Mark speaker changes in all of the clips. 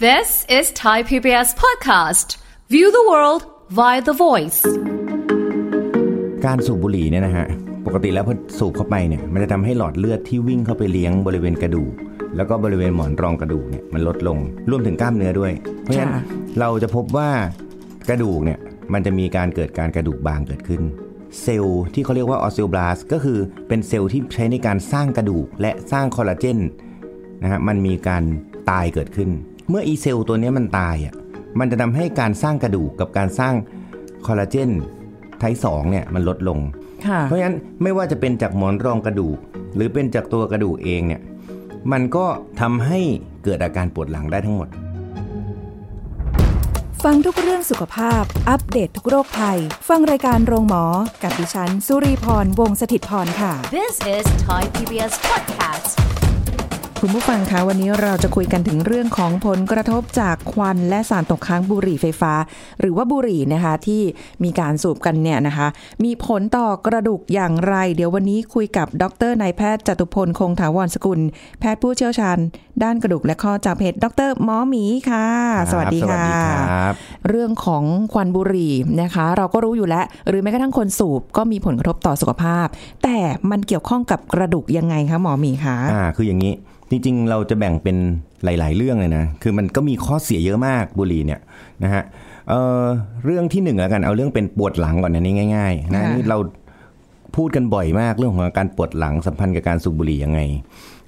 Speaker 1: This is Thai PBS Podcast. View the world via the voice.
Speaker 2: การสูบบุหรี่เนี่ยนะฮะ ปกติแล้วพอสูบเข้าไปเนี่ย มันจะทำให้หลอดเลือดที่วิ่งเข้าไปเลี้ยงบริเวณกระดูก แล้วก็บริเวณหมอนรองกระดูกเนี่ยมันลดลง รวมถึงกล้ามเนื้อด้วย เพราะฉะนั้น
Speaker 3: ค่ะ
Speaker 2: เราจะพบว่ากระดูกเนี่ย มันจะมีการเกิดการกระดูกบางเกิดขึ้น เซลล์ที่เขาเรียกว่าออสเซลบลาสก็คือเป็นเซลล์ที่ใช้ในการสร้างกระดูกและสร้างคอลลาเจน นะฮะมันมีการตายเกิดขึ้น เมื่ออีเซลตัวเนี้ยมันตายอ่ะมันจะทำให้การสร้างกระดูกกับการสร้างคอลลาเจนไทป์สองเนี่ยมันลดลง
Speaker 3: ค่ะ
Speaker 2: เพราะฉะนั้นไม่ว่าจะเป็นจากหมอนรองกระดูก หรือเป็นจากตัวกระดูกเองเนี่ยมันก็ทำให้เกิดอาการปวดหลังได้ทั้งหมด
Speaker 3: ฟังทุกเรื่องสุขภาพ อัปเดตททุกโรคภัย ฟังรายการโรงหมอ กับดิฉัน สุรีพร วงศิตพรค่ะ
Speaker 1: This is Thai PBS Podcast.
Speaker 3: คุณผู้ฟังคะวันนี้เราจะคุยกันถึงเรื่องของผลกระทบจากควันและสารตกค้างบุหรี่ไฟฟ้า หรือว่าบุหรี่นะคะที่มีการสูบกันเนี่ยนะคะ มีผลต่อกระดูกอย่างไร เดี๋ยววันนี้คุยกับดรนายแพทย์จตุพลคงถาวรสกุล แพทย์ผู้เชี่ยวชาญ ด้านกระดูกและข้อจากเพจดรหมอหมีค่ะ สวัสดี
Speaker 2: สวั
Speaker 3: ค่ะ
Speaker 2: สดีครับ
Speaker 3: เรื่องของควันบุหรี่นะคะ เราก็รู้อยู่แล้ว หรือแม้กระทั่งคนสูบก็มีผลกระทบต่อสุขภาพ แต่มันเกี่ยวข้องกับกระดูกยังไงคะหมอหมีคะ
Speaker 2: อ่าคืออย่างนี้จริงๆ เราจะแบ่งเป็นหลาย ๆ เรื่องเลยนะ คือมันก็มีข้อเสียเยอะมากบุหรี่เนี่ยนะฮะเอ่อเรื่องที่หนึ่งแล้วกันเอาเรื่องเป็นปวดหลังก่อนนะนี่ง่าย ๆ นะ
Speaker 3: ค่ะ
Speaker 2: นี่เราพูดกันบ่อยมากเรื่องของอาการปวดหลังสัมพันธ์กับการสูบบุหรี่ยังไง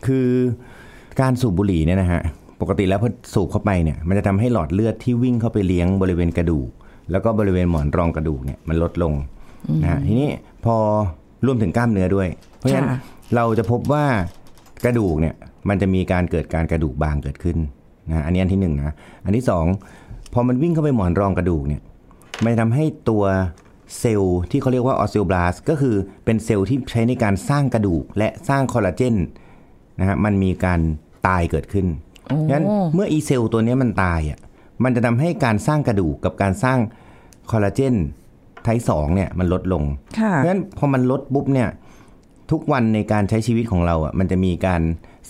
Speaker 2: คือการสูบบุหรี่เนี่ยนะฮะปกติแล้วพอสูบเข้าไปเนี่ยมันจะทำให้หลอดเลือดที่วิ่งเข้าไปเลี้ยงบริเวณกระดูก แล้วก็บริเวณหมอนรองกระดูกเนี่ยมันลดลงนะฮะทีนี้พอรวมถึงกล้ามเนื้อด้วย เพราะฉะนั้น
Speaker 3: ค่ะ
Speaker 2: เราจะพบว่ากระดูกเนี่ยมันจะมีการเกิดการกระดูกบางเกิดขึ้นนะอันนี้อันที่หนึ่งนะอันที่สองพอมันวิ่งเข้าไปหมอนรองกระดูกเนี่ยมันจะทำให้ตัวเซลล์ที่เขาเรียกว่าออสเซลบลาสก็คือเป็นเซลล์ที่ใช้ในการสร้างกระดูกและสร้างคอลลาเจนนะฮะมันมีการตายเกิดขึ้นงั้นเมื่ออีเซลล์ตัวเนี้ยมันตายอ่ะมันจะทำให้การสร้างกระดูกกับการสร้างคอลลาเจนไทป์สองเนี่ยมันลดลง
Speaker 3: ค่ะ
Speaker 2: เพราะฉะนั้นพอมันลดปุ๊บเนี่ยทุกวันในการใช้ชีวิตของเราอ่ะมันจะมีการ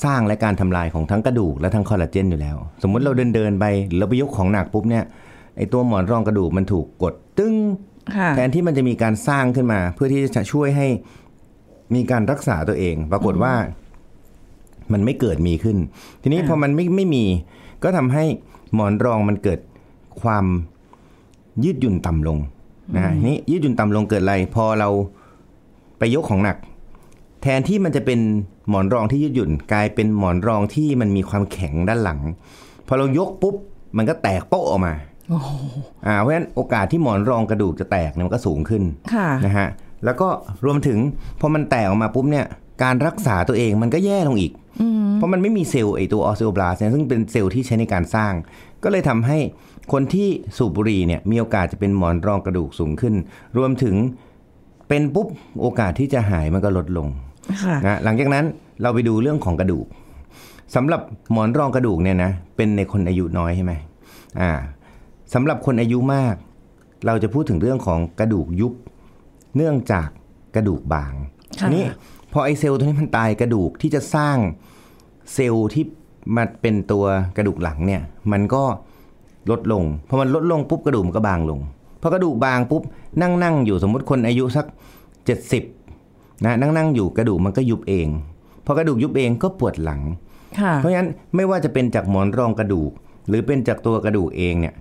Speaker 2: สร้างและการทำลายของทั้งกระดูกและทั้งคอลลาเจนอยู่แล้ว สมมุติเราเดินเดินๆไปหรือเราไปยกของหนักปุ๊บเนี่ยไอตัวหมอนรองกระดูกมันถูกกดตึ้ง
Speaker 3: ค่ะ
Speaker 2: แทนที่มันจะมีการสร้างขึ้นมา เพื่อที่จะช่วยให้มีการรักษาตัวเอง ปรากฏว่ามันไม่เกิดมีขึ้น ทีนี้พอมันไม่ไม่มี ก็ทำให้หมอนรองมันเกิดความยืดหยุ่นต่ำลงนะฮะนี่ยืดหยุ่นต่ำลงเกิดอะไร พอเราไปยกของหนัก แทนที่มันจะเป็นหมอนรองที่ยืดหยุ่น กลายเป็นหมอนรองที่มันมีความแข็งด้านหลัง พอเรายกปุ๊บ มันก็แตกโป๊ะออกมาอ่าเพราะฉะนั้นโอกาสที่หมอนรองกระดูกจะแตกเนี่ยมันก็สูงขึ้น
Speaker 3: ค่ะ
Speaker 2: นะฮะแล้วก็รวมถึงพอมันแตกออกมาปุ๊บเนี่ยการรักษาตัวเองมันก็แย่ลงอีก เพราะมันไม่มีเซลล์ไอตัวออสเซโอบลาสเนี่ยซึ่งเป็นเซลล์ที่ใช้ในการสร้าง ก็เลยทำให้คนที่สูบบุหรี่เนี่ยมีโอกาสจะเป็นหมอนรองกระดูกสูงขึ้น รวมถึงเป็นปุ๊บโอกาสที่จะหายมันก็ลดลง
Speaker 3: ค่ะ
Speaker 2: นะหลังจากนั้นเราไปดูเรื่องของกระดูกสำหรับหมอนรองกระดูกเนี่ยนะเป็นในคนอายุน้อยใช่ไหมอ่าสำหรับคนอายุมาก เราจะพูดถึงเรื่องของกระดูกยุบ เนื่องจากกระดูกบาง
Speaker 3: ค่ะ
Speaker 2: ทีนี้พอไอเซลล์ตัวนี้มันตายกระดูกที่จะสร้างเซลล์ที่มันเป็นตัวกระดูกหลังเนี่ย มันก็ลดลงพอมันลดลงปุ๊บกระดูกมันก็บางลงพอกระดูกบางปุ๊บนั่งนั่งอยู่สมมติคนอายุสัก 70นะนั่งนั่งอยู่กระดูกมันก็ยุบเองพอกระดูกยุบเองก็ปวดหลัง
Speaker 3: ค่ะ
Speaker 2: เพราะฉะนั้นไม่ว่าจะเป็นจากหมอนรองกระดูก หรือเป็นจากตัวกระดูกเองเนี่ย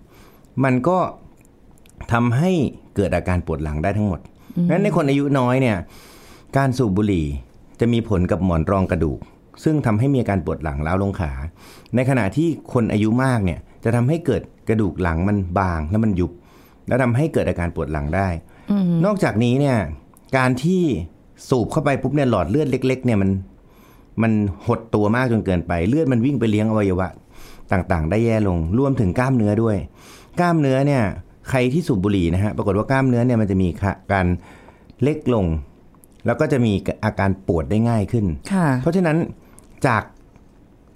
Speaker 2: มันก็ทำให้เกิดอาการปวดหลังได้ทั้งหมดเพราะฉะนั้นในคนอายุน้อยเนี่ยการสูบบุหรี่จะมีผลกับหมอนรองกระดูก ซึ่งทำให้มีอาการปวดหลังล้าวลงขา ในขณะที่คนอายุมากเนี่ยจะทำให้เกิดกระดูกหลังมันบางและมันยุบ แล้วทำให้เกิดอาการปวดหลังได้ นอกจากนี้เนี่ยการที่สูบเข้าไปปุ๊บเนี่ยหลอดเลือดเล็ก ๆ เนี่ยมัน มันหดตัวมากจนเกินไปเลือดมันวิ่งไปเลี้ยงอวัยวะต่างๆ ได้แย่ลงรวมถึงกล้ามเนื้อด้วย กล้ามเนื้อเนี่ยใครที่สูบบุหรี่นะฮะปรากฏว่ากล้ามเนื้อเนี่ยมันจะมีค่ะการเล็กลง แล้วก็จะมีอาการปวดได้ง่ายขึ้น
Speaker 3: ค่ะ
Speaker 2: เพราะฉะนั้นจาก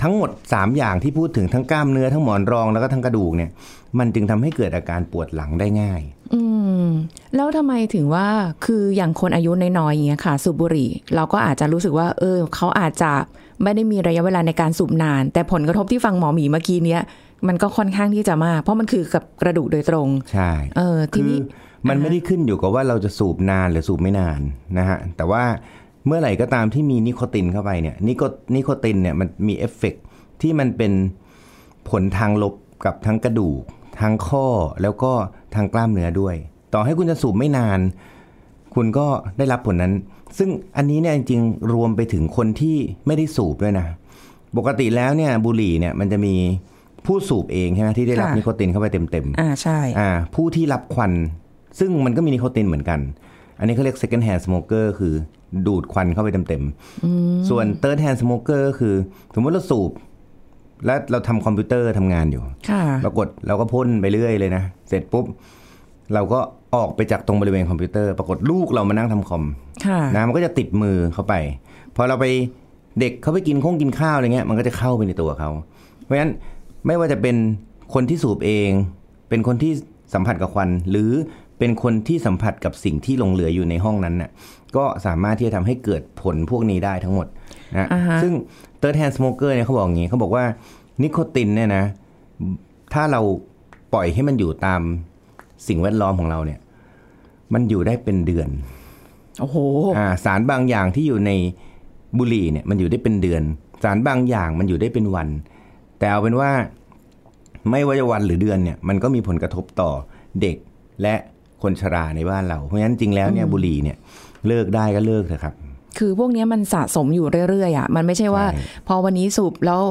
Speaker 2: ทั้งหมด 3 อย่างที่พูดถึงทั้งกล้ามเนื้อทั้งหมอนรองแล้วก็ทั้งกระดูกเนี่ยมันจึงทำให้เกิดอาการปวดหลังได้ง่าย
Speaker 3: อืม แล้วทำไมถึงว่าคืออย่างคนอายุน้อยๆอย่างเงี้ยค่ะ สูบบุหรี่ เราก็อาจจะรู้สึกว่า เออ เขาอาจจะไม่ได้มีระยะเวลาในการสูบนาน แต่ผลกระทบที่ฟังหมอหมีเมื่อกี้เนี้ย มันก็ค่อนข้างที่จะมาก เพราะมันคือกับกระดูกโดยตรง
Speaker 2: ใช่
Speaker 3: เออที
Speaker 2: คือ
Speaker 3: นี้
Speaker 2: มันไม่ได้ขึ้นอยู่กับว่าเราจะสูบนานหรือสูบไม่นานนะฮะแต่ว่าเมื่อไหร่ก็ตามที่มีนิโคตินเข้าไปเนี่ยนิโคนิโคตินเนี่ยมันมีเอฟเฟกต์ที่มันเป็นผลทางลบกับทั้งกระดูกทั้งข้อแล้วก็ทางกล้ามเนื้อด้วย ต่อให้คุณจะสูบไม่นาน คุณก็ได้รับผลนั้น ซึ่งอันนี้เนี่ยจริงๆรวมไปถึงคนที่ไม่ได้สูบด้วยนะ ปกติแล้วเนี่ยบุหรี่เนี่ยมันจะมีผู้สูบเองใช่ไหมที่ได้รับ
Speaker 3: ค่ะ
Speaker 2: นิโคตินเข้าไปเต็มๆ
Speaker 3: อ่าใช่
Speaker 2: อ่าผู้ที่รับควันซึ่งมันก็มีนิโคตินเหมือนกัน อันนี้เขาเรียก second hand smoker คือดูดควันเข้าไปเต็มๆส่วน third hand smoker ก็คือ สมมติเราสูบ และเราทำคอมพิวเตอร์ทำงานอยู่
Speaker 3: ค่ะ
Speaker 2: เรากดเราก็พ่นไปเรื่อยเลยนะ เสร็จปุ๊บ เราก็ออกไปจากตรงบริเวณคอมพิวเตอร์ ปรากฏลูกเรามานั่งทำคอม
Speaker 3: ค่ะ
Speaker 2: นะมันก็จะติดมือเข้าไป พอเราไปเด็กเขาไปกินข้องกินข้าวอะไรเงี้ย มันก็จะเข้าไปในตัวเขา เพราะฉะนั้นไม่ว่าจะเป็นคนที่สูบเอง เป็นคนที่สัมผัสกับควัน หรือเป็นคนที่สัมผัสกับสิ่งที่หลงเหลืออยู่ในห้องนั้นน่ะก็สามารถที่จะทำให้เกิดผลพวกนี้ได้ทั้งหมดนะ
Speaker 3: อ่าฮะ
Speaker 2: ซึ่ง third hand smoker เนี่ยเขาบอกอย่างงี้เขาบอกว่านิโคตินเนี่ยนะ ถ้าเราปล่อยให้มันอยู่ตามสิ่งแวดล้อมของเราเนี่ย มันอยู่ได้เป็นเดือน
Speaker 3: โอ้โห
Speaker 2: อ่าสารบางอย่างที่อยู่ในบุหรี่เนี่ยมันอยู่ได้เป็นเดือน สารบางอย่างมันอยู่ได้เป็นวัน แต่เอาเป็นว่าไม่ว่าจะวันหรือเดือนเนี่ยมันก็มีผลกระทบต่อเด็กและคนชราในบ้านเราเพราะฉะนั้นจริงแล้วเนี่ยบุหรี่เนี่ยเลิกได้ก็เลิกเถอะครับ
Speaker 3: คือพวกเนี้ยมันสะสมอยู่เรื่อยๆอ่ะมันไม่ใช่ว่า
Speaker 2: ใช่
Speaker 3: พอวันนี้สูบแล้ว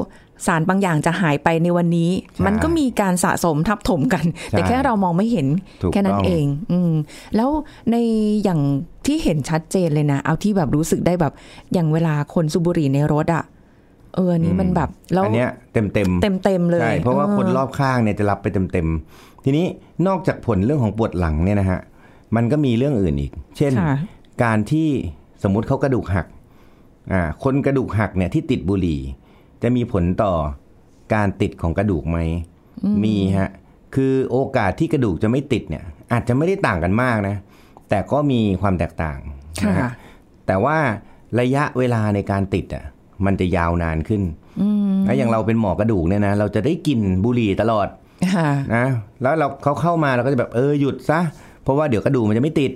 Speaker 3: สารบางอย่างจะหายไปในวันนี้ มันก็มีการสะสมทับถมกัน แต่แค่เรามองไม่เห็น
Speaker 2: ถูก
Speaker 3: แค่นั้
Speaker 2: ต้
Speaker 3: น
Speaker 2: อง
Speaker 3: เอง อืมแล้วในอย่างที่เห็นชัดเจนเลยนะ เอาที่แบบรู้สึกได้แบบอย่างเวลาคนสูบบุหรี่ในรถอ่ะเอออันนี้มันแบบแล้ว
Speaker 2: อันเนี้ยเต็มเต็มๆ
Speaker 3: เต็มเต็มๆเลย
Speaker 2: ใช่เพราะว่า
Speaker 3: ออ
Speaker 2: คนรอบข้างเนี่ยจะรับไปเต็มๆ ทีนี้นอกจากผลเรื่องของปวดหลังเนี่ยนะฮะมันก็มีเรื่องอื่นอีก เช่น
Speaker 3: ค่ะ
Speaker 2: การที่สมมุติเขากระดูกหักอ่าคนกระดูกหักเนี่ยที่ติดบุหรี่ จะมีผลต่อการติดของกระดูกไหมมีฮะคือโอกาสที่กระดูกจะไม่ติดเนี่ย อาจจะไม่ได้ต่างกันมากนะ แต่ก็มีความแตกต่าง
Speaker 3: ค่ะ
Speaker 2: นะฮะ แต่ว่าระยะเวลาในการติดอ่ะมันจะยาวนานขึ้นนะอย่างเราเป็นหมอกระดูกเนี่ยนะเราจะได้กลินบุหรี่ตลอด
Speaker 3: ค่ะ
Speaker 2: นะแล้วเราเขาเข้ามาเราก็จะแบบเออหยุดซะเพราะว่าเดี๋ยวกระดูกมันจะไม่ติด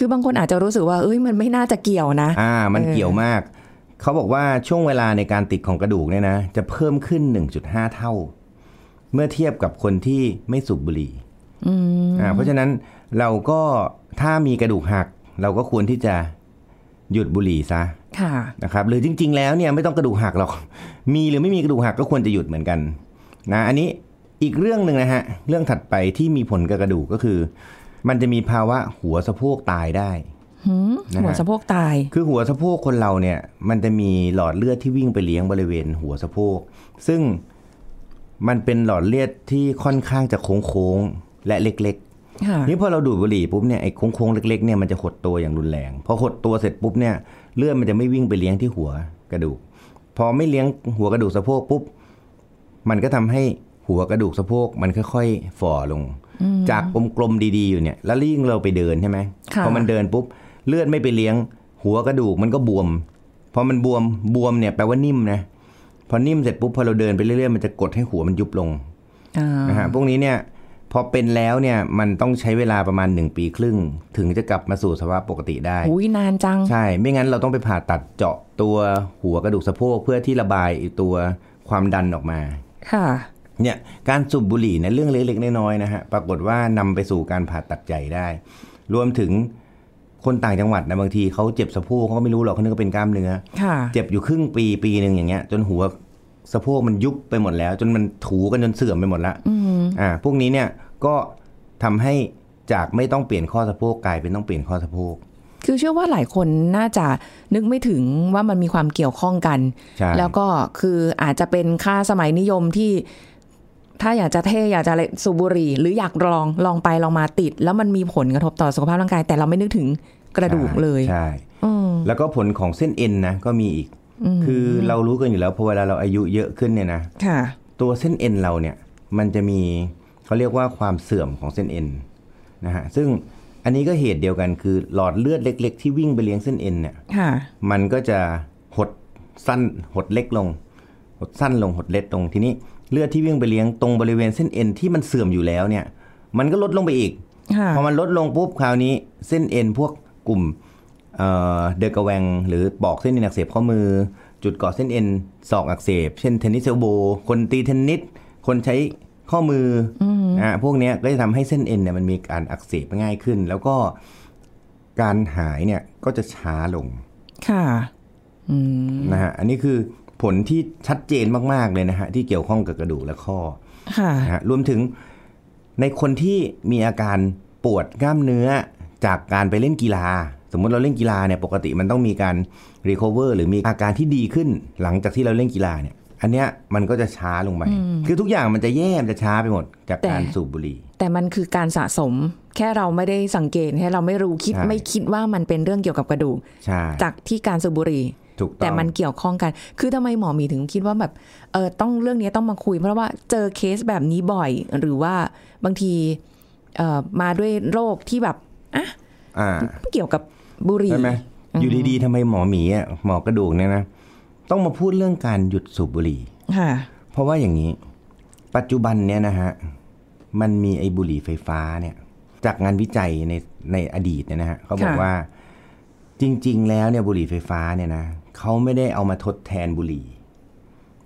Speaker 3: คือบางคนอาจจะรู้สึกว่าเอ้ยมันไม่น่าจะเกี่ยวนะ
Speaker 2: อ่า มัน
Speaker 3: เออ
Speaker 2: เกี่ยวมาก เขาบอกว่าช่วงเวลาในการติดของกระดูกเนี่ยนะจะเพิ่มขึ้น 1.5 เท่า เมื่อเทียบกับคนที่ไม่สูบบุหรี่อ่าเพราะฉะนั้นเราก็ถ้ามีกระดูกหัก เราก็ควรที่จะหยุดบุหรี่ซะ
Speaker 3: ค่ะ
Speaker 2: นะครับหรือจริง ๆ แล้วเนี่ยไม่ต้องกระดูกหักหร อก มีหรือไม่มีกระดูกหักก็ควรจะหยุดเหมือนกันนะอันนี้อีกเรื่องหนึ่งนะฮะเรื่องถัดไปที่มีผลกับกระดูกก็คือ มันจะมีภาวะหัวสะโพกตายได้ นะฮะ
Speaker 3: หัวสะโพกตาย
Speaker 2: คือหัวสะโพกคนเราเนี่ย มันจะมีหลอดเลือดที่วิ่งไปเลี้ยงบริเวณหัวสะโพก ซึ่งมันเป็นหลอดเลือดที่ค่อนข้างจะโค้งๆและเล็กๆ
Speaker 3: ค่ะ
Speaker 2: นี่พอเราดูดบุหรี่ปุ๊บเนี่ยไอ้โค้งๆเล็กๆเนี่ยมันจะหดตัวอย่างรุนแรงพอหดตัวเสร็จปุ๊บเนี่ยเลือดมันจะไม่วิ่งไปเลี้ยงที่หัวกระดูก พอไม่เลี้ยงหัวกระดูกสะโพกปุ๊บมันก็ทำให้หัวกระดูกสะโพกมันค่อยๆฝ่อลง จากกลมๆดีๆอยู่เนี่ย แล้วยิ่งเราไปเดินใช่ไหม
Speaker 3: ค่ะ
Speaker 2: พอมันเดินปุ๊บเลือดไม่ไปเลี้ยง หัวกระดูกมันก็บวมพอมันบวมบวมเนี่ยแปลว่านิ่มนะพอนิ่มเสร็จปุ๊บพอเราเดินไปเรื่อยๆมันจะกดให้หัวมันยุบลง
Speaker 3: อ่า
Speaker 2: นะฮะพวกนี้เนี่ยพอเป็นแล้วเนี่ยมันต้องใช้เวลาประมาณ 1 ปีครึ่ง ถึงจะกลับมาสู่สภาพปกติได้
Speaker 3: อุ้ยนานจัง
Speaker 2: ใช่ไม่งั้นเราต้องไปผ่าตัดเจาะตัวหัวกระดูกสะโพกเพื่อที่ระบายไอ้ตัวความดันออกมา
Speaker 3: ค่ะ
Speaker 2: เนี่ยการสูบบุหรี่เนี่ยเรื่องเล็กๆน้อยๆนะฮะปรากฏว่านำไปสู่การผ่าตัดใหญ่ได้ รวมถึงคนต่างจังหวัดนะบางทีเขาเจ็บสะโพกเขาก็ไม่รู้หรอกเขานึกว่าเป็นกล้ามเนื้อ
Speaker 3: ค่ะ
Speaker 2: เจ็บอยู่ครึ่งปีปีหนึ่งอย่างเงี้ย จนหัวสะโพกมันยุบไปหมดแล้ว จนมันถูกันจนเสื่อมไปหมดละอ่าพวกนี้เนี่ยก็ทำให้จากไม่ต้องเปลี่ยนข้อสะโพกกลายเป็นต้องเปลี่ยนข้อสะโพก
Speaker 3: คือเชื่อว่าหลายคนน่าจะนึกไม่ถึงว่ามันมีความเกี่ยวข้องกัน
Speaker 2: ใช่
Speaker 3: แล้วก็คืออาจจะเป็นค่าสมัยนิยมที่ ถ้าอยากจะเท่อยากจะอะไรสูบบุหรี่ หรืออยากลองลองไปลองมาติด แล้วมันมีผลกระทบต่อสุขภาพร่างกาย แต่เราไม่นึกถึงกระดูกเลย
Speaker 2: ใช่
Speaker 3: อืม
Speaker 2: แล้วก็ผลของเส้นเอ็นนะก็มีอีก คือเรารู้กันอยู่แล้วพอเวลาเราอายุเยอะขึ้นเนี่ยนะ
Speaker 3: ค่ะ
Speaker 2: ตัวเส้นเอ็นเราเนี่ยมันจะมีเขาเรียกว่าความเสื่อมของเส้นเอ็นนะฮะซึ่งอันนี้ก็เหตุเดียวกันคือหลอดเลือดเล็ก ๆ ที่วิ่งไปเลี้ยงเส้นเอ็นเนี่ย
Speaker 3: ค่ะ
Speaker 2: มันก็จะหดสั้นหดเล็กลง หดสั้นลงหดเล็กลงทีนี้ เลือดที่วิ่งไปเลี้ยงตรงบริเวณเส้นเอ็นที่มันเสื่อมอยู่แล้วเนี่ย มันก็ลดลงไปอีก
Speaker 3: ค่ะ
Speaker 2: พอมันลดลงปุ๊บคราวนี้เส้นเอ็นพวกกลุ่มเอ่อเดอะกระแวง หรือปอกเส้นเอ็นอักเสบข้อมือ จุดเกาะเส้นเอ็นศอกอักเสบ เช่นเทนนิสเซลโบ คนตีเทนนิสคนใช้ข้อมืออ่าพวกเนี้ยก็จะทำให้เส้นเอ็นเนี่ยมันมีการอักเสบง่ายขึ้น แล้วก็การหายเนี่ยก็จะช้าลง
Speaker 3: ค่ะ
Speaker 2: นะฮะ อันนี้คือผลที่ชัดเจนมาก ๆ เลยนะฮะ ที่เกี่ยวข้องกับกระดูกและข้อ
Speaker 3: ค่ะ
Speaker 2: นะฮะรวมถึงในคนที่มีอาการปวดกล้ามเนื้อจากการไปเล่นกีฬา สมมุติเราเล่นกีฬาเนี่ยปกติมันต้องมีการรีคอเวอร์หรือมีอาการที่ดีขึ้นหลังจากที่เราเล่นกีฬาเนี่ย อันเนี้ยมันก็จะช้าลงไป คือทุกอย่างมันจะแย่มันจะช้าไปหมดจากการ
Speaker 3: แต่
Speaker 2: สูบบุหรี่
Speaker 3: แต่มันคือการสะสม แค่เราไม่ได้สังเกตแค่เราไม่รู้คิด
Speaker 2: ใช่
Speaker 3: ไม่คิดว่ามันเป็นเรื่องเกี่ยวกับกระดูก
Speaker 2: ใช่
Speaker 3: จากที่การสูบบุหรี่
Speaker 2: ถูกต้อง
Speaker 3: แต่มันเกี่ยวข้องกัน คือทำไมหมอหมีถึงคิดว่าแบบ เออต้องเรื่องนี้ต้องมาคุย เพราะว่าเจอเคสแบบนี้บ่อย หรือว่าบางทีเอ่อมาด้วยโรคที่แบบอ่ะ
Speaker 2: อ่า
Speaker 3: เกี่ยวกับบุหรี่
Speaker 2: ใช่ไหมอยู่ดีๆทำไมหมอหมีอ่ะหมอกระดูกเนี่ยนะต้องมาพูดเรื่องการหยุดสูบบุหรี่
Speaker 3: ค่ะ
Speaker 2: เพราะว่าอย่างนี้ ปัจจุบันเนี่ยนะฮะ มันมีไอ้บุหรี่ไฟฟ้าเนี่ย จากงานวิจัยในในอดีตเนี่ยนะฮะเขาบอก
Speaker 3: ค่ะ
Speaker 2: ว่าจริง ๆ แล้วเนี่ยบุหรี่ไฟฟ้าเนี่ยนะเขาไม่ได้เอามาทดแทนบุหรี่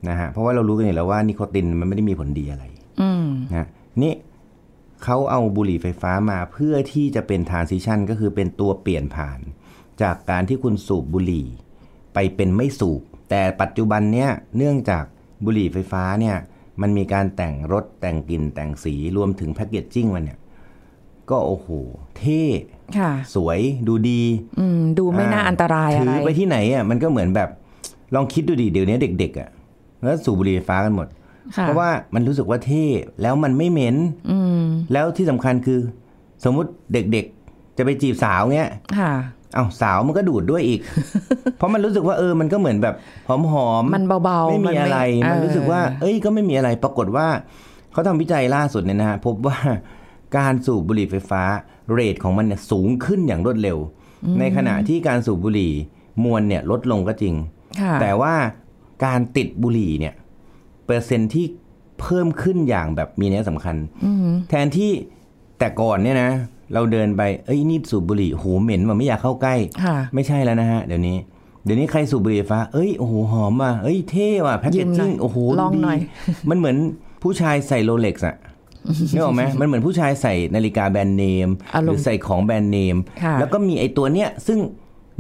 Speaker 2: นะฮะเพราะว่าเรารู้กันอยู่แล้วว่านิโคตินมันไม่ได้มีผลดีอะไร
Speaker 3: อืม
Speaker 2: นะฮะนี่เขาเอาบุหรี่ไฟฟ้ามาเพื่อที่จะเป็นทานซิชันก็คือเป็นตัวเปลี่ยนผ่าน จากการที่คุณสูบบุหรี่ ไปเป็นไม่สูบ แต่ปัจจุบันเนี่ยเนื่องจากบุหรี่ไฟฟ้าเนี่ยมันมีการแต่งรสแต่งกลิ่นแต่งสีรวมถึงแพคเกจจิ้งมันเนี่ย ก็โอ้โห เท่
Speaker 3: ค่ะ
Speaker 2: สวยดูดี
Speaker 3: อืม ดูไม่น่าอันตรายอะ
Speaker 2: ถื
Speaker 3: ไร
Speaker 2: อไปที่ไหนอ่ะมันก็เหมือนแบบ ลองคิดดูดิเดี๋ยวนี้เด็ก ๆ อ่ะ แล้วสูบบุหรี่ไฟฟ้ากันหมด
Speaker 3: ค่
Speaker 2: เพราะว่ามันรู้สึกว่าเท่แล้วมันไม่เหม็น
Speaker 3: อืม
Speaker 2: แล้วที่สำคัญคือ สมมุติเด็กๆ จะไปจีบสาวเงี้ย
Speaker 3: ค่ะ
Speaker 2: เอาสาวมันก็ดูดด้วย อีก เพราะมันรู้สึกว่าเออมันก็เหมือนแบบหอมหอมๆ
Speaker 3: มันเบาๆ
Speaker 2: ไม่
Speaker 3: มั
Speaker 2: มี
Speaker 3: นไม่
Speaker 2: อะไร
Speaker 3: เออ
Speaker 2: มันรู้สึกว่า เอ้ยก็ไม่มีอะไรปรากฏว่าเขาทำวิจัยล่าสุดเนี่ยนะฮะพบว่าการสูบบุหรี่ไฟฟ้าเรทของมันเนี่ยสูงขึ้นอย่างรวดเร็ว ในขณะที่การสูบบุหรี่มวลเนี่ยลดลงก็จริง
Speaker 3: ค่ะ
Speaker 2: แต่ว่าการติดบุหรี่เนี่ยเปอร์เซ็นต์ที่เพิ่มขึ้นอย่างแบบมีนัยสำคัญ แทนที่แต่ก่อนเนี่ยนะ เราเดินไปเอ้ยนี่สูบบุหรี่โหเหม็นว่ะไม่อยากเข้าใกล้
Speaker 3: ค่ะ
Speaker 2: ไม่ใช่แล้วนะฮะ เดี๋ยวนี้ เดี๋ยวนี้ใครสูบบุหรี่ไฟฟ้า เอ้ยโอ้โหหอมว่ะเอ้ยเท่ว่ะแพ็กเกจ
Speaker 3: ยืมหน่
Speaker 2: จิ้
Speaker 3: อง ย
Speaker 2: โอ้โห
Speaker 3: ลอง
Speaker 2: ดี
Speaker 3: หน่อย
Speaker 2: มันเหมือนผู้ชายใส่โรเล็ก ซ์อะ นึกออกไหมมันเหมือนผู้ชายใส่นาฬิกาแบรนด์เนม
Speaker 3: อา
Speaker 2: ห
Speaker 3: รมณ์
Speaker 2: รือใส่ของแบรนด์เนม
Speaker 3: ค่ะ
Speaker 2: แล้วก็มีไอ้ตัวเนี้ยซึ่ง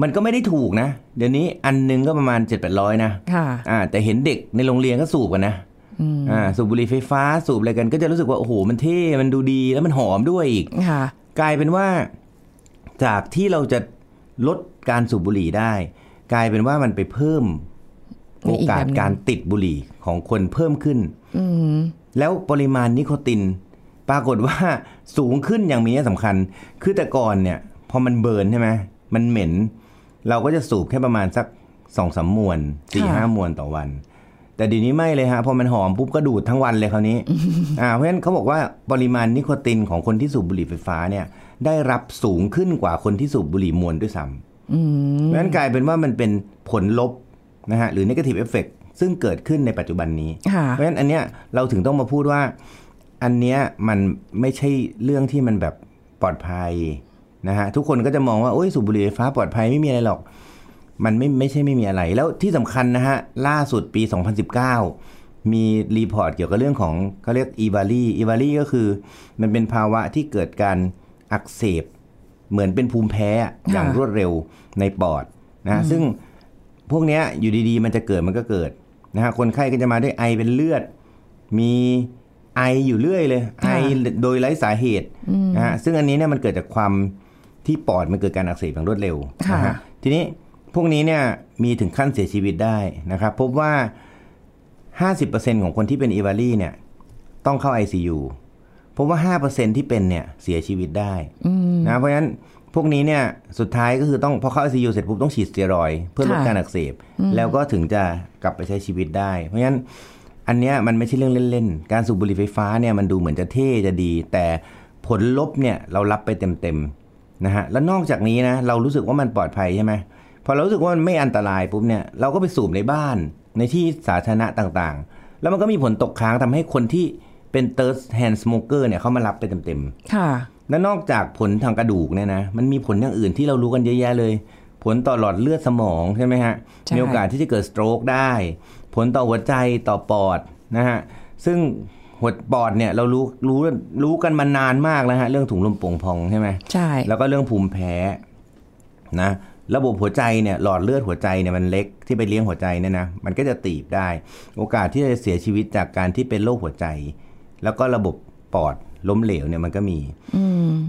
Speaker 2: มันก็ไม่ได้ถูกนะ เดี๋ยวนี้อันหนึงก็ประมาณ 7 8 0 0 นะ
Speaker 3: ค่ะ
Speaker 2: อ่าแต่เห็นเด็กในโรงเรียนก็สูบกันนะอ่าสูบบุหรี่ไฟฟ้าสูบอะไรกันก็จะรู้สึกว่า โอ้โห มันเท่ มันดูดีแล้วมันหอมด้วยอีก
Speaker 3: ค่ะ
Speaker 2: กลายเป็นว่าจากที่เราจะลดการสูบบุหรี่ได้ กลายเป็นว่ามันไปเพิ่ม
Speaker 3: ใน
Speaker 2: โอ
Speaker 3: อีก
Speaker 2: กา
Speaker 3: แบ
Speaker 2: ส
Speaker 3: บหนึ่ง
Speaker 2: การติดบุหรี่ของคนเพิ่มขึ้น แล้วปริมาณนิโคติน ปรากฏว่า สูงขึ้นอย่างมีนัยสำคัญ คือแต่ก่อนเนี่ย พอมันเบิร์นใช่ไหมมันเหม็น เราก็จะสูบแค่ประมาณสักสองสามมวนสี่ห้ามวนต่อวัน แต่เดี๋ยวนี้ไม่เลยฮะพอมันหอมปุ๊บก็ดูดทั้งวันเลยคราวนี้ อ่าเพราะฉะนั้นเขาบอกว่าปริมาณนิโคตินของคนที่สูบบุหรี่ไฟฟ้าเนี่ย ได้รับสูงขึ้นกว่าคนที่สูบบุหรี่มวนด้วยซ้ำเพราะฉะนั้นกลายเป็นว่ามันเป็นผลลบนะฮะหรือ negative effect ซึ่งเกิดขึ้นในปัจจุบันนี้
Speaker 3: ค่ะ
Speaker 2: เพราะฉะนั้นอันเนี้ยเราถึงต้องมาพูดว่า อันเนี้ยมันไม่ใช่เรื่องที่มันแบบปลอดภัยนะฮะทุกคนก็จะมองว่าโอ้ยสูบบุหรี่ไฟฟ้าปลอดภัยไม่มีอะไรหรอก มันไม่ไม่ใช่ไม่มีอะไร แล้วที่สำคัญนะฮะ ล่าสุดปี 2019 มีรีพอร์ตเกี่ยวกับเรื่องของเขาเรียกอีวาลีอีวาลีก็คือ มันเป็นภาวะที่เกิดการอักเสบ เหมือนเป็นภูมิแพ้อะอย่างรวดเร็วในปอดนะฮะซึ่ง พวกเนี้ยอยู่ดีๆ มันจะเกิดมันก็เกิดนะฮะคนไข้ก็จะมาด้วยไอเป็นเลือด มีไออยู่เรื่อยเลย ไอโดยไร้สาเหตุนะฮะซึ่งอันนี้เนี่ยมันเกิดจากความที่ปอดมันเกิดการอักเสบอย่างรวดเร็ว
Speaker 3: ค่ะ
Speaker 2: นะฮะทีนี้พวกนี้เนี่ยมีถึงขั้นเสียชีวิตได้นะครับพบว่า 50%ของคนที่เป็นอีวาลี่เนี่ยต้องเข้า ICU เพราะว่า 5%ที่เป็นเนี่ยเสียชีวิตได้นะเพราะฉะนั้นพวกนี้เนี่ยสุดท้ายก็คือต้องพอเข้า ICU เสร็จปุ๊บต้องฉีดสเตียรอยด์เพื่อลด
Speaker 3: ค่ะ
Speaker 2: การอักเสบ แล้วก็ถึงจะกลับไปใช้ชีวิตได้ เพราะฉะนั้นอันเนี้ยมันไม่ใช่เรื่องเล่นๆ การสูบบุหรี่ไฟฟ้าเนี่ยมันดูเหมือนจะเท่จะดี แต่ผลลบเนี่ยเรารับไปเต็มๆนะฮะแล้วนอกจากนี้นะเรารู้สึกว่ามันปลอดภัยใช่ไหมพอเรารู้สึกว่ามันไม่อันตรายปุ๊บเนี่ยเราก็ไปสูบในบ้านในที่สาธารณะต่างๆ แล้วมันก็มีผลตกค้างทำให้คนที่เป็น third hand smoker เนี่ยเขามารับไปเต็มๆ
Speaker 3: ค่ะ
Speaker 2: และนอกจากผลทางกระดูกเนี่ยนะ มันมีผลอย่างอื่นที่เรารู้กันเยอะแยะเลย ผลต่อหลอดเลือดสมองใช่ไหมฮะ
Speaker 3: ใช่
Speaker 2: มีโอกาสที่จะเกิดสโตรกได้ ผลต่อหัวใจต่อปอดนะฮะ ซึ่งหัวปอดเนี่ยเรารู้รู้รู้กันมานานมากแล้วฮะ เรื่องถุงลมโป่งพองใช่ไหม
Speaker 3: ใช่
Speaker 2: แล้วก็เรื่องภูมิแพ้นะระบบหัวใจเนี่ยหลอดเลือดหัวใจเนี่ยมันเล็กที่ไปเลี้ยงหัวใจเนี่ยนะมันก็จะตีบได้ โอกาสที่จะเสียชีวิตจากการที่เป็นโรคหัวใจ แล้วก็ระบบปอดล้มเหลวเนี่ยมันก็มี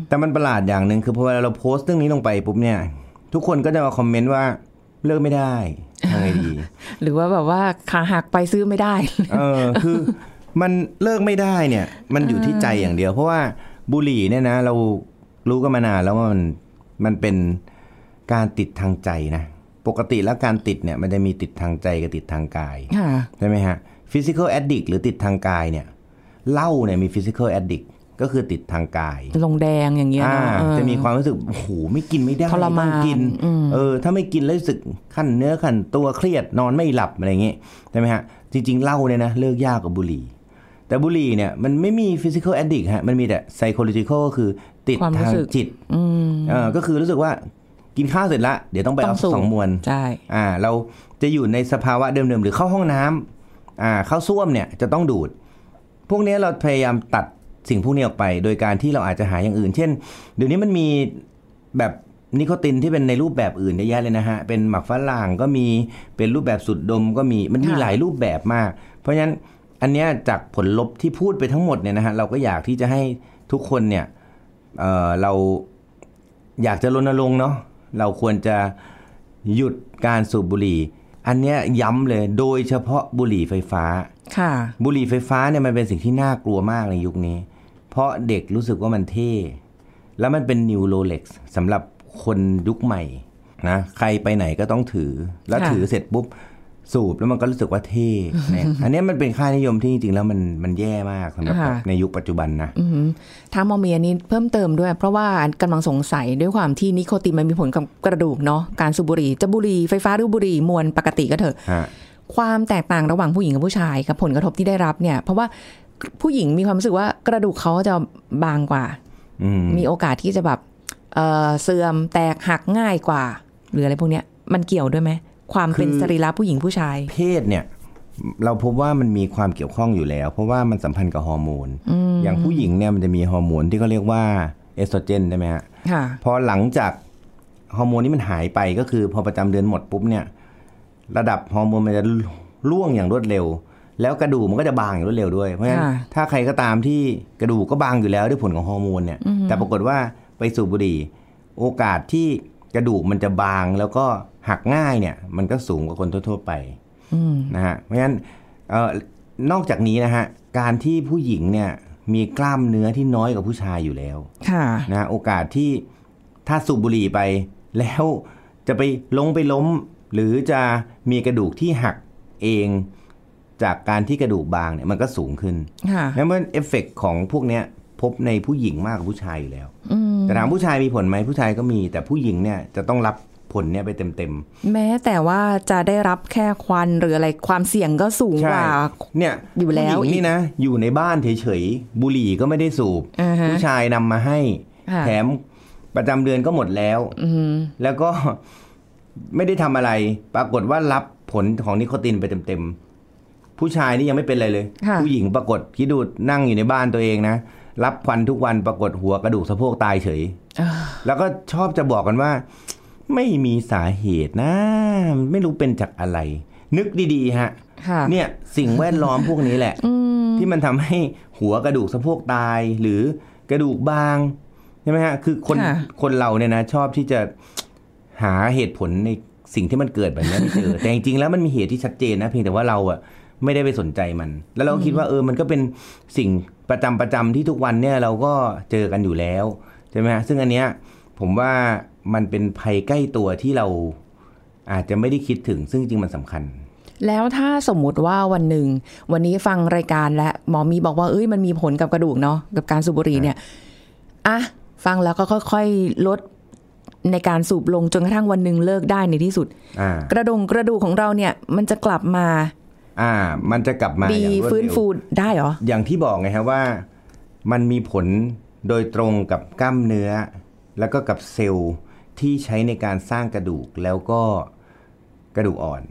Speaker 2: แต่มันประหลาดอย่างหนึ่งคือพอเวลาเราโพสต์เรื่องนี้ลงไปปุ๊บเนี่ย ทุกคนก็จะมาคอมเมนต์ว่าเลิกไม่ได้ทำไงดี
Speaker 3: หรือว่าแบบว่าขาหักไปซื้อไม่ได้
Speaker 2: เออคือมันเลิกไม่ได้เนี่ย มันอยู่ที่ใจอย่างเดียว เพราะว่าบุหรี่เนี่ยนะ เรารู้กันมานานแล้วว่ามันมันเป็นการติดทางใจนะ ปกติแล้วการติดเนี่ย มันจะมีติดทางใจกับติดทางกาย
Speaker 3: ค่ะ
Speaker 2: ใช่ไหมฮะ physical addict หรือติดทางกายเนี่ยเหล้าเนี่ยมี physical addict ก็คือติดทางกาย
Speaker 3: ลงแดงอย่างเงี้ย
Speaker 2: อ่า
Speaker 3: เนาะเออ
Speaker 2: จะมีความรู้สึกโอ้โหไม่กินไม่ได้
Speaker 3: ทรมาน
Speaker 2: ต้องกิน
Speaker 3: อืม
Speaker 2: เออ ถ้าไม่กินแล้วรู้สึกขั้นเนื้อขั้นตัวเครียดนอนไม่หลับอะไรอย่างเงี้ยใช่ไหมฮะ จริง ๆเหล้าเนี่ยนะเลิกยากกว่าบุหรี่ แต่บุหรี่เนี่ยมันไม่มี physical addict ฮะมันมีแต่ psychological ก็คือติด
Speaker 3: ความรู้
Speaker 2: ทาง
Speaker 3: สึก
Speaker 2: จิต
Speaker 3: อืม
Speaker 2: เออก็คือรู้สึกว่ากินข้าวเสร็จละเดี๋ยวต้องไป
Speaker 3: ต้
Speaker 2: เอา
Speaker 3: องสูบ
Speaker 2: สองมวล
Speaker 3: ใช่
Speaker 2: อ่าเราจะอยู่ในสภาวะเดิมๆ หรือเข้าห้องน้ำอ่าเข้าส้วมเนี่ยจะต้องดูด พวกเนี้ยเราพยายามตัดสิ่งพวกนี้ออกไป โดยการที่เราอาจจะหาอย่างอื่น เช่น เดี๋ยวนี้มันมีแบบนิโคตินที่เป็นในรูปแบบอื่นเยอะแยะเลยนะฮะ เป็นหมักฝรั่งก็มีเป็นรูปแบบสุดดมก็มีมันมี
Speaker 3: ค่ะ
Speaker 2: หลายรูปแบบมาก เพราะฉะนั้นอันเนี้ยจากผลลบที่พูดไปทั้งหมดเนี่ยนะฮะเราก็อยากที่จะให้ทุกคนเนี่ยเออเราอยากจะรณรงค์เนาะเราควรจะ หยุดการสูบบุหรี่ อันเนี้ยย้ำเลยโดยเฉพาะบุหรี่ไฟฟ้า
Speaker 3: ค่ะ
Speaker 2: บุหรี่ไฟฟ้าเนี่ยมันเป็นสิ่งที่น่ากลัวมากในยุคนี้ เพราะเด็กรู้สึกว่ามันเท่ แล้วมันเป็นนิวโรเล็กสำหรับคนยุคใหม่นะใครไปไหนก็ต้องถือ แล้ว
Speaker 3: ค่ะ
Speaker 2: ถือเสร็จปุ๊บ สูบแล้วมันก็รู้สึกว่าเท่เนี่ยอันเนี้ยมันเป็นค่านิยมที่จริงๆแล้วมันมันแย่มากสำหรับแบบในยุคปัจจุบันนะ
Speaker 3: อืมถามหมอเมียนี้เพิ่มเติมด้วย เพราะว่ากำลังสงสัยด้วยความที่นิโคตินมันมีผลกับกระดูกเนาะการสูบบุหรี่จะบุหรี่ไฟฟ้าหรือบุหรี่มวลปกติก็เถอะ
Speaker 2: ฮะ
Speaker 3: ความแตกต่างระหว่างผู้หญิงกับผู้ชายกับผลกระทบที่ได้รับเนี่ย เพราะว่าผู้หญิงมีความรู้สึกว่ากระดูกเขาจะบางกว่า
Speaker 2: อืม
Speaker 3: มีโอกาสที่จะแบบเอ่อเสื่อมแตกหักง่ายกว่า หรืออะไรพวกเนี้ยมันเกี่ยวด้วยไหมความเป็น
Speaker 2: คือ
Speaker 3: สรีระผู้หญิงผู้ชาย
Speaker 2: เพศเนี่ยเราพบว่ามันมีความเกี่ยวข้องอยู่แล้ว เพราะว่ามันสัมพันธ์กับฮอร์โมน อย่างผู้หญิงเนี่ยมันจะมีฮอร์โมนที่เขาเรียกว่าเอสโตรเจนใช่ไหมฮะ
Speaker 3: ค่ะ
Speaker 2: พอหลังจากฮอร์โมนนี้มันหายไปก็คือ พอประจำเดือนหมดปุ๊บเนี่ย ระดับฮอร์โมนมันจะร่วงอย่างรวดเร็ว แล้วกระดูกมันก็จะบางอย่างรวดเร็วด้วยเพราะฉะนั้น
Speaker 3: ค่ะ
Speaker 2: ถ้าใครก็ตามที่กระดูกก็บางอยู่แล้วด้วยผลของฮอร์โมนเนี่ย แต่ปรากฏว่าไปสูบบุหรี่ โอกาสที่กระดูกมันจะบางแล้วก็หักง่ายเนี่ย มันก็สูงกว่าคนทั่วๆไป
Speaker 3: อืม
Speaker 2: นะฮะเพราะฉะนั้นเออนอกจากนี้นะฮะการที่ผู้หญิงเนี่ยมีกล้ามเนื้อที่น้อยกว่าผู้ชายอยู่แล้ว
Speaker 3: ค่ะ
Speaker 2: นะฮะโอกาสที่ถ้าสูบบุหรี่ไปแล้วจะไปลงไปล้ม หรือจะมีกระดูกที่หักเองจากการที่กระดูกบางเนี่ยมันก็สูงขึ้น
Speaker 3: ค่ะ
Speaker 2: นั่นเป็นเอฟเฟกต์ของพวกเนี้ยพบในผู้หญิงมากกว่าผู้ชายอยู่แล้ว
Speaker 3: อืม
Speaker 2: แต่ถามผู้ชายมีผลไหมผู้ชายก็มี แต่ผู้หญิงเนี่ยจะต้องรับผลเนี่ยไปเต็มๆ
Speaker 3: แม้แต่ว่าจะได้รับแค่ควันหรืออะไรความเสี่ยงก็สูงกว่า
Speaker 2: เนี่ย
Speaker 3: อยู่แล้ว
Speaker 2: ผู้หญิงนี่นะ อยู่ในบ้านเฉยๆ บุหรี่ก็ไม่ได้สูบ
Speaker 3: อ่าฮะ
Speaker 2: ผู้ชายนำมาให้
Speaker 3: ค่ะ
Speaker 2: แถมประจำเดือนก็หมดแล้ว
Speaker 3: อืม
Speaker 2: แล้วก็ ไม่ได้ทำอะไร ปรากฏว่ารับผลของนิโคตินไปเต็มๆ ผู้ชายนี่ยังไม่เป็นอะไรเลย
Speaker 3: ค่ะ
Speaker 2: ผู้หญิงปรากฏคิดดูนั่งอยู่ในบ้านตัวเองนะ รับควันทุกวันปรากฏหัวกระดูกสะโพกตายเฉย
Speaker 3: เอ่อ
Speaker 2: แล้วก็ชอบจะบอกกันว่า ไม่มีสาเหตุนะ ไม่รู้เป็นจากอะไร นึกดีๆฮะ
Speaker 3: ค่ะ
Speaker 2: เนี่ยสิ่งแวดล้อมพวกนี้แหละ ที่มันทำให้หัวกระดูกสะโพกตายหรือกระดูกบางใช่ไหมฮะคือคน
Speaker 3: ค่ะ
Speaker 2: คนเราเนี่ยนะ ชอบที่จะหาเหตุผลในสิ่งที่มันเกิดแบบนี้ไม่เจ อ แต่จริงๆแล้วมันมีเหตุที่ชัดเจนนะเพียงแต่ว่าเราอะไม่ได้ไปสนใจมัน แล้วเราก็คิดว่าเออมันก็เป็นสิ่งประจำประจำที่ทุกวันเนี่ยเราก็เจอกันอยู่แล้วใช่ไหมฮะซึ่งอันเนี้ยผมว่ามันเป็นภัยใกล้ตัวที่เราอาจจะไม่ได้คิดถึง ซึ่งจริงๆมันสำคัญ
Speaker 3: แล้วถ้าสมมุติว่าวันหนึ่ง วันนี้ฟังรายการและหมอมีบอกว่าเอ้ยมันมีผลกับกระดูกเนาะกับการสูบบุหรี่เนี่ยอ่ะฟังแล้วก็ค่อยๆลดในการสูบลงจนกระทั่งวันหนึ่งเลิกได้ในที่สุด
Speaker 2: อ่า
Speaker 3: กระดงกระดูกของเราเนี่ย มันจะกลับมา
Speaker 2: อ่า มันจะกลับมา
Speaker 3: ดี
Speaker 2: อย่างรวด
Speaker 3: ฟื้น
Speaker 2: เร็ว
Speaker 3: ฟูได้เหรอ
Speaker 2: อย่างที่บอกไงฮะว่ามันมีผลโดยตรงกับกล้ามเนื้อ แล้วก็กับเซลล์ที่ใช้ในการสร้างกระดูกแล้วก็กระดูกอ่อน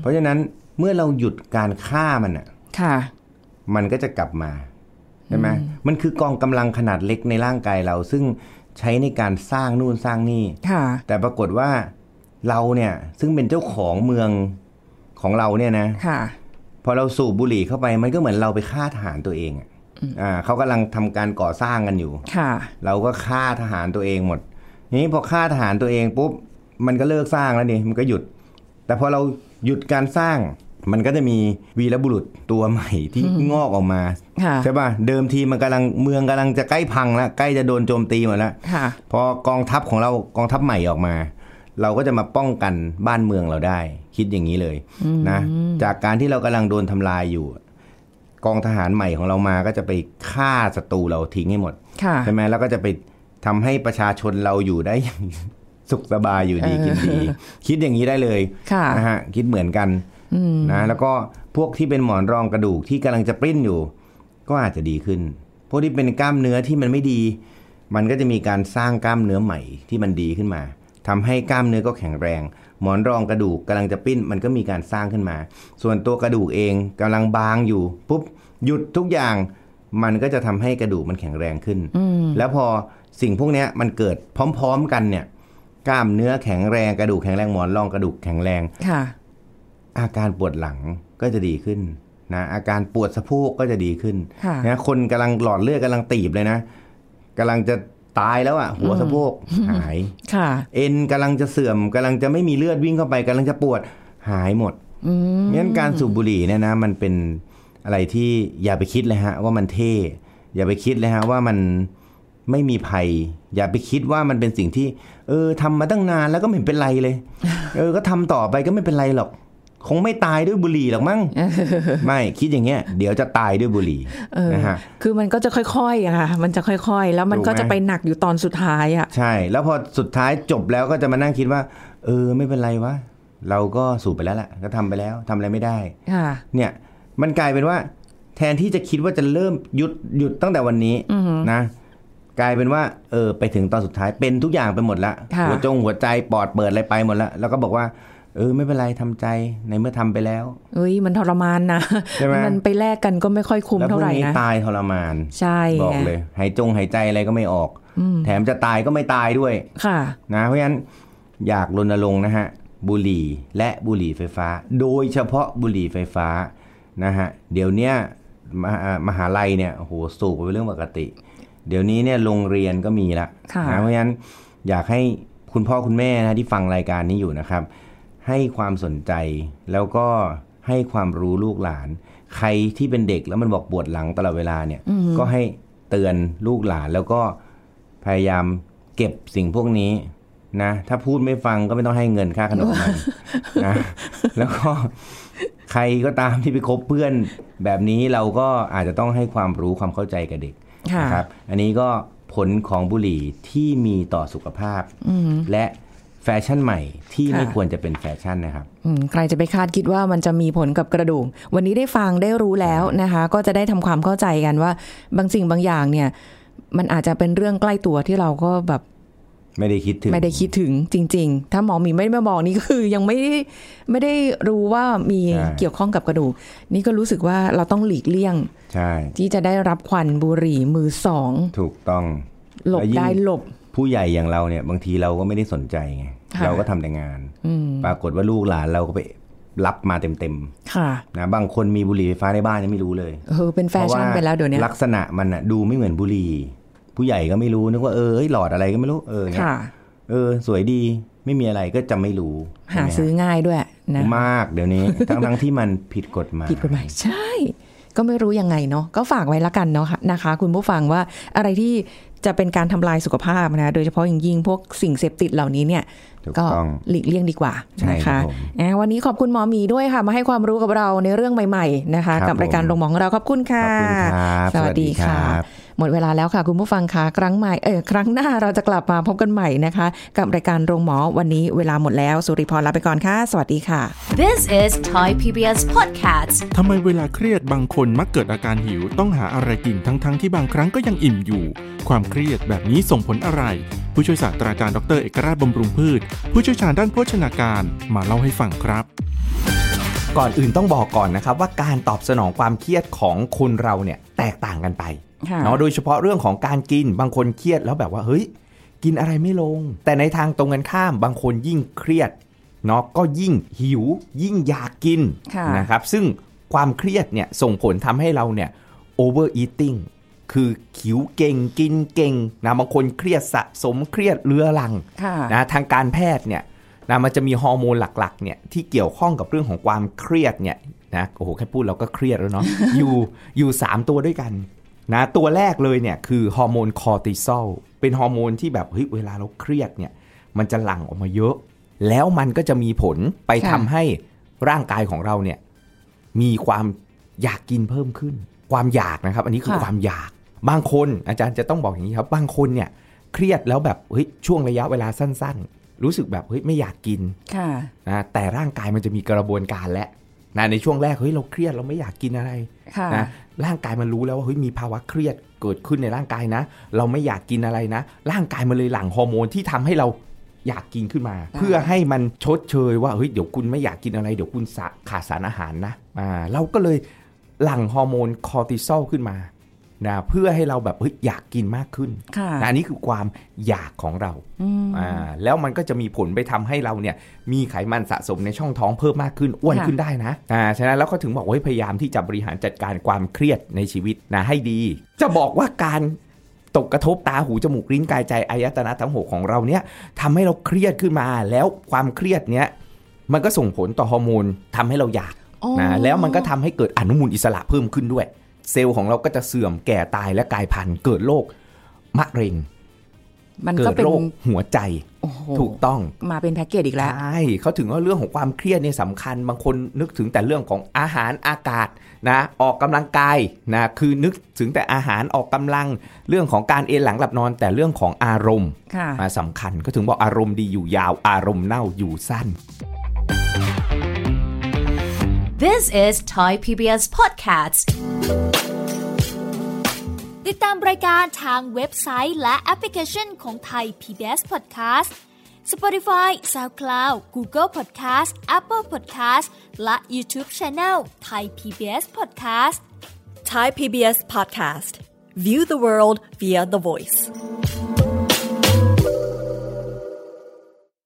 Speaker 2: เพราะฉะนั้นเมื่อเราหยุดการฆ่ามันอ่ะ
Speaker 3: ค่ะ
Speaker 2: มันก็จะกลับมาใช่ไหมมันคือกองกำลังขนาดเล็กในร่างกายเรา ซึ่งใช้ในการสร้างนู่นสร้างนี่
Speaker 3: ค่ะ
Speaker 2: แต่ปรากฏว่าเราเนี่ยซึ่งเป็นเจ้าของเมืองของเราเนี่ยนะ
Speaker 3: ค่ะ
Speaker 2: พอเราสูบบุหรี่เข้าไปมันก็เหมือนเราไปฆ่าทหารตัวเองอะอ่าเขากำลังทำการก่อสร้างกันอยู่
Speaker 3: ค่ะ
Speaker 2: เราก็ฆ่าทหารตัวเองหมดทีนี้พอฆ่าทหารตัวเองปุ๊บมันก็เลิกสร้างแล้วนี่มันก็หยุด แต่พอเราหยุดการสร้าง มันก็จะมีวีรบุรุษตัวใหม่ที่งอกออกมา
Speaker 3: ค่ะ
Speaker 2: ใช่ป่ะเดิมทีมันกำลังเมืองกำลังจะใกล้พังแล้วใกล้จะโดนโจมตีหมดแล้ว
Speaker 3: ค่ะ
Speaker 2: พอกองทัพของเรากองทัพใหม่ออกมา เราก็จะมาป้องกันบ้านเมืองเราได้ คิดอย่างนี้เลยนะจากการที่เรากำลังโดนทำลายอยู่ กองทหารใหม่ของเรามาก็จะไปฆ่าศัตรูเราทิ้งให้หมด
Speaker 3: ค่ะ
Speaker 2: ใช่ไหมแล้วก็จะไปทำให้ประชาชนเราอยู่ได้อย่าง สุขสบายอยู่ดีกินดี คิดอย่างนี้ได้เลย
Speaker 3: ค่ะ
Speaker 2: นะฮะคิดเหมือนกันนะแล้วก็พวกที่เป็นหมอนรองกระดูกที่กำลังจะปริ้นอยู่ ก็อาจจะดีขึ้น พวกที่เป็นกล้ามเนื้อที่มันไม่ดี มันก็จะมีการสร้างกล้ามเนื้อใหม่ที่มันดีขึ้นมาทำให้กล้ามเนื้อก็แข็งแรง หมอนรองกระดูกกำลังจะปิ้น มันก็มีการสร้างขึ้นมา ส่วนตัวกระดูกเองกำลังบางอยู่ปุ๊บหยุดทุกอย่าง มันก็จะทำให้กระดูกมันแข็งแรงขึ้น แล้วพอสิ่งพวกเนี้ยมันเกิดพร้อม ๆ กันเนี่ย กล้ามเนื้อแข็งแรงกระดูกแข็งแรงหมอนรองกระดูกแข็งแรง
Speaker 3: ค่ะ
Speaker 2: อาการปวดหลังก็จะดีขึ้นนะอาการปวดสะโพกก็จะดีขึ้น
Speaker 3: ค่ะ
Speaker 2: นะคนกำลังหลอดเลือดกำลังตีบเลยนะกำลังจะตายแล้วอ่ะ หัวสะโพกหาย
Speaker 3: ค่ะ
Speaker 2: เอ็นกำลังจะเสื่อมกำลังจะไม่มีเลือดวิ่งเข้าไปกำลังจะปวดหายหมดงั้นการสูบบุหรี่เนี่ยนะ มันเป็นอะไรที่อย่าไปคิดเลยฮะ ว่ามันเท่ อย่าไปคิดเลยฮะ ว่ามันไม่มีภัย อย่าไปคิดว่ามันเป็นสิ่งที่ เออทำมาตั้งนานแล้วก็ไม่เห็นเป็นไร เลย เออ ก็ทำต่อไปก็ไม่เป็นไรหรอก คงไม่ตายด้วยบุหรี่หรอกมั้งไม่คิดอย่างเงี้ย เดี๋ยวจะตายด้วยบุหรี่นะฮะ
Speaker 3: คือมันก็จะค่อยๆอะค่ะ มันจะค่อยๆ แล้วมันก็
Speaker 2: ถูก
Speaker 3: จะ
Speaker 2: ไหม
Speaker 3: ไปหนักอยู่ตอนสุดท้ายอะ
Speaker 2: ใช่ แล้วพอสุดท้ายจบแล้วก็จะมานั่งคิดว่า เออ ไม่เป็นไรวะ เราก็สูบไปแล้วล่ะ ก็ทำไปแล้วทำอะไรไม่ได้
Speaker 3: ค่ะ
Speaker 2: เนี่ย มันกลายเป็นว่า แทนที่จะคิดว่าจะเริ่มหยุดหยุดตั้งแต่วันนี้นะ กลายเป็นว่า เออ ไปถึงตอนสุดท้ายเป็นทุกอย่างไปหมดละ
Speaker 3: ค่ะ
Speaker 2: หัวจงหัวใจปอดเปิดอะไรไปหมดละแล้วก็บอกว่า เออ ไม่เป็นไรทำใจในเมื่อทำไปแล้ว
Speaker 3: เอ้ยมันทรมานนะ
Speaker 2: ใช่ไหม
Speaker 3: มันไปแลกกันก็ไม่ค่อยคุ้ม
Speaker 2: แล้วพ
Speaker 3: เท่าว
Speaker 2: ก
Speaker 3: ไหร่
Speaker 2: นี้
Speaker 3: นะ
Speaker 2: ตายทรมาน
Speaker 3: ใช่
Speaker 2: บอก
Speaker 3: ไง
Speaker 2: เลยหายจงหายใจอะไรก็ไม่ออก แถมจะตายก็ไม่ตายด้วย
Speaker 3: ค่ะ
Speaker 2: นะเพราะฉะนั้นอยากรณรงค์นะฮะบุหรี่และบุหรี่ไฟฟ้า โดยเฉพาะบุหรี่ไฟฟ้านะฮะเดี๋ยวเนี้ยมหามหาลัยเนี่ยโอ้โหสูบไปนเรื่องปกติ เดี๋ยวนี้เนี่ยโรงเรียนก็มีละ
Speaker 3: ค่ะ
Speaker 2: นะเพราะฉะนั้นอยากให้คุณพ่อคุณแม่นะที่ฟังรายการนี้อยู่นะครับ ให้ความสนใจแล้วก็ให้ความรู้ลูกหลาน ใครที่เป็นเด็กแล้วมันบอกปวดหลังตลอดเวลาเนี่ย ก็ให้เตือนลูกหลานแล้วก็พยายามเก็บสิ่งพวกนี้นะ ถ้าพูดไม่ฟังก็ไม่ต้องให้เงินค่าขนมมันนะ แล้วก็ใครก็ตามที่ไปคบเพื่อนแบบนี้เราก็อาจจะต้องให้ความรู้ความเข้าใจกับเด็ก
Speaker 3: ค่ะ
Speaker 2: นะครับ อันนี้ก็ผลของบุหรี่ที่มีต่อสุขภาพ และแฟชั่นใหม่ที่ไม่
Speaker 3: ค่ะ
Speaker 2: ควรจะเป็นแฟชั่นนะครับ
Speaker 3: อืมใครจะไปคาดคิดว่ามันจะมีผลกับกระดูก วันนี้ได้ฟังได้รู้แล้วนะคะ ก็จะได้ทำความเข้าใจกันว่า บางสิ่งบางอย่างเนี่ย มันอาจจะเป็นเรื่องใกล้ตัวที่เราก็แบบ
Speaker 2: ไม่ได้คิดถึง
Speaker 3: ไม่ได้คิดถึงจริง ๆ ถ้าหมอหมีไม่มาบอกนี่ก็คือ ยังไม่ได้ไม่ได้รู้ว่ามี
Speaker 2: ใช่
Speaker 3: เกี่ยวข้องกับกระดูก นี่ก็รู้สึกว่าเราต้องหลีกเลี่ยง
Speaker 2: ใช่
Speaker 3: ที่จะได้รับควันบุหรี่มือสอง
Speaker 2: ถูกต้อง
Speaker 3: หลบ
Speaker 2: แะยิ่ง
Speaker 3: ได้หลบ
Speaker 2: ผู้ใหญ่อย่างเราเนี่ยบางทีเราก็ไม่ได้สนใจไง
Speaker 3: ค่ะ
Speaker 2: เราก็ทำแต่งาน ปรากฏว่าลูกหลานเราก็ไปรับมาเต็ม
Speaker 3: ค่ะ
Speaker 2: ๆนะบางคนมีบุหรี่ไฟฟ้าในบ้านยังไม่รู้เลย
Speaker 3: เออเป็นแฟชั่นไปแล้วเดี๋ยวนี้
Speaker 2: ลักษณะมันอะดูไม่เหมือนบุหรี่ผู้ใหญ่ก็ไม่รู้นึกว่าเออเอ้ยหลอดอะไรก็ไม่รู้เออเนี่ย
Speaker 3: ค่ะ
Speaker 2: เออ สวยดีไม่มีอะไรก็จะไม่รู้
Speaker 3: หา
Speaker 2: ใช่
Speaker 3: ซื้อ
Speaker 2: ไมฮะ
Speaker 3: ง่ายด้วยนะ
Speaker 2: มากเดี๋ยวนี้ ทั้งทั้งที่มันผิดกฎหมาย
Speaker 3: ผิดกฎหมายใช่ ก็ไม่รู้ยังไงเนาะก็ฝากไว้ละกันเนาะค่ะนะคะ คุณผู้ฟังว่าอะไรที่จะเป็นการทำลายสุขภาพนะ โดยเฉพาะอย่างยิ่งพวกสิ่งเสพติดเหล่านี้เนี่ย
Speaker 2: ถูก
Speaker 3: ก็
Speaker 2: ต้อง
Speaker 3: หลีกเลี่ยงดีกว่า
Speaker 2: ใช่
Speaker 3: นะ
Speaker 2: ครั
Speaker 3: คะ
Speaker 2: บผม
Speaker 3: อ่ะวันนี้ขอบคุณหมอหมีด้วยค่ะ มาให้ความรู้กับเราในเรื่องใหม่ ๆ นะคะ
Speaker 2: ครับ
Speaker 3: กับรายการ
Speaker 2: ผม
Speaker 3: โรงหมอของเราขอบคุณค่ะ
Speaker 2: ขอบคุณครับ
Speaker 3: สวัสดี
Speaker 2: สวัสดีครับ
Speaker 3: ค่ะหมดเวลาแล้วค่ะ คุณผู้ฟังคะครั้งใหม่เออครั้งหน้าเราจะกลับมาพบกันใหม่นะคะ กับรายการโรงหมอวันนี้เวลาหมดแล้ว สุริพรลาไปก่อนค่ะ สวัสดีค่ะ
Speaker 1: This is Thai PBS Podcast.
Speaker 4: ทำไมเวลาเครียดบางคนมักเกิดอาการหิวต้องหาอะไรกินทั้งๆทที่บางครั้งก็ยังอิ่มอยู่ ความเครียดแบบนี้ส่งผลอะไร ผู้ช่วยศาสตราจารย์ดรเอกราชบำรุงพืช ผู้เชี่ยวชาญด้านโภชนาการมาเล่าให้ฟังครับ
Speaker 5: ก่อนอื่นต้องบอกก่อนนะครับว่าการตอบสนองความเครียดของคนเราเนี่ยแตกต่างกันไป
Speaker 3: ค่ะ
Speaker 5: เนาะโดยเฉพาะเรื่องของการกินบางคนเครียดแล้วแบบว่าเฮ้ย กินอะไรไม่ลง แต่ในทางตรงกันข้ามบางคนยิ่งเครียดเนาะก็ยิ่งหิว ยิ่งอยากกิน
Speaker 3: ค่ะ
Speaker 5: นะครับซึ่งความเครียดเนี่ยส่งผลทำให้เราเนี่ย over eating คือขิวเก่งกินเก่งนะบางคนเครียดสะสมเครียดเรื้อรัง
Speaker 3: ค่ะ
Speaker 5: นะทางการแพทย์เนี่ยนะมันจะมีฮอร์โมนหลักๆเนี่ยที่เกี่ยวข้องกับเรื่องของความเครียดเนี่ยนะโอ้โหแค่พูดเราก็เครียดแล้วเนาะ อยู่อยู่ 3 ตัวด้วยกันนะตัวแรกเลยเนี่ยคือฮอร์โมนคอร์ติซอลเป็นฮอร์โมนที่แบบเฮ้ยเวลาเราเครียดเนี่ยมันจะหลั่งออกมาเยอะ แล้วมันก็จะมีผลไป
Speaker 3: ค่ะ
Speaker 5: ทำให้ร่างกายของเราเนี่ยมีความอยากกินเพิ่มขึ้น ความอยากนะครับ อันนี้คือ
Speaker 3: ค่ะ
Speaker 5: ความอยากบางคนอาจารย์จะต้องบอกอย่างนี้ครับ บางคนเนี่ย เครียดแล้วแบบเฮ้ยช่วงระยะเวลาสั้นๆ รู้สึกแบบเฮ้ยไม่อยากกิน
Speaker 3: ค่ะ
Speaker 5: นะแต่ร่างกายมันจะมีกระบวนการและนะในช่วงแรกเฮ้ยเราเครียดเราไม่อยากกินอะไร
Speaker 3: ค่ะ
Speaker 5: นะร่างกายมันรู้แล้วว่าเฮ้ยมีภาวะเครียดเกิดขึ้นในร่างกายนะ เราไม่อยากกินอะไรนะ ร่างกายมันเลยหลั่งฮอร์โมนที่ทำให้เราอยากกินขึ้นมา เพื่อให้มันชดเชยว่าเฮ้ยเดี๋ยวคุณไม่อยากกินอะไรเดี๋ยวคุณสะขาดสารอาหารนะอ่าเราก็เลยหลั่งฮอร์โมนคอร์ติซอลขึ้นมานะเพื่อให้เราแบบเฮ้ยอยากกินมากขึ้น
Speaker 3: ค่ะ
Speaker 5: นะอันนี้คือความอยากของเรา
Speaker 3: อืม
Speaker 5: อ่าแล้วมันก็จะมีผลไปทำให้เราเนี่ยมีไขมันสะสมในช่องท้องเพิ่มมากขึ้นอ้วน
Speaker 3: ค่ะ
Speaker 5: ขึ้นได้นะอ่าฉะนั้นแล้วก็ถึงบอกว่าให้พยายามที่จะบริหารจัดการความเครียดในชีวิตนะให้ดี จะบอกว่าการตกกระทบตาหูจมูกลิ้นกายใจอายตนะทั้งหกของเราเนี่ยทำให้เราเครียดขึ้นมาแล้วความเครียดเนี้ยมันก็ส่งผลต่อฮอร์โมนทำให้เราอยาก
Speaker 3: อ๋อ
Speaker 5: นะแล้วมันก็ทำให้เกิดอนุมูลอิสระเพิ่มขึ้นด้วย เซลล์ของเราก็จะเสื่อมแก่ตายและกลายพันธุ์เกิดโรคมะเร็ง
Speaker 3: มัน
Speaker 5: เกิ
Speaker 3: ก็
Speaker 5: ด
Speaker 3: เป็น
Speaker 5: โรคหัวใจ
Speaker 3: โอ้โห
Speaker 5: ถูกต้อง
Speaker 3: มาเป็นแพ็กเกจอีก
Speaker 5: ใช
Speaker 3: แล้ว
Speaker 5: ่เขาถึงว่าเรื่องของความเครียดเนี่ยสำคัญ บางคนนึกถึงแต่เรื่องของอาหารอากาศนะออกกำลังกายนะคือนึกถึงแต่อาหารออกกำลัง เรื่องของการเอนหลังหลับนอน แต่เรื่องของอารมณ์
Speaker 3: ค่ะ
Speaker 5: มาสำคัญก็ถึงบอกอารมณ์ดีอยู่ยาว อารมณ์เน่าอยู่สั้น
Speaker 1: This is Thai PBS Podcast.
Speaker 6: ติดตามรายการทางเว็บไซต์และแอปพลิเคชันของไทย PBS Podcast Spotify SoundCloud Google Podcast Apple Podcast และ YouTube Channel Thai PBS Podcast
Speaker 7: Thai PBS Podcast. View the world via the voice.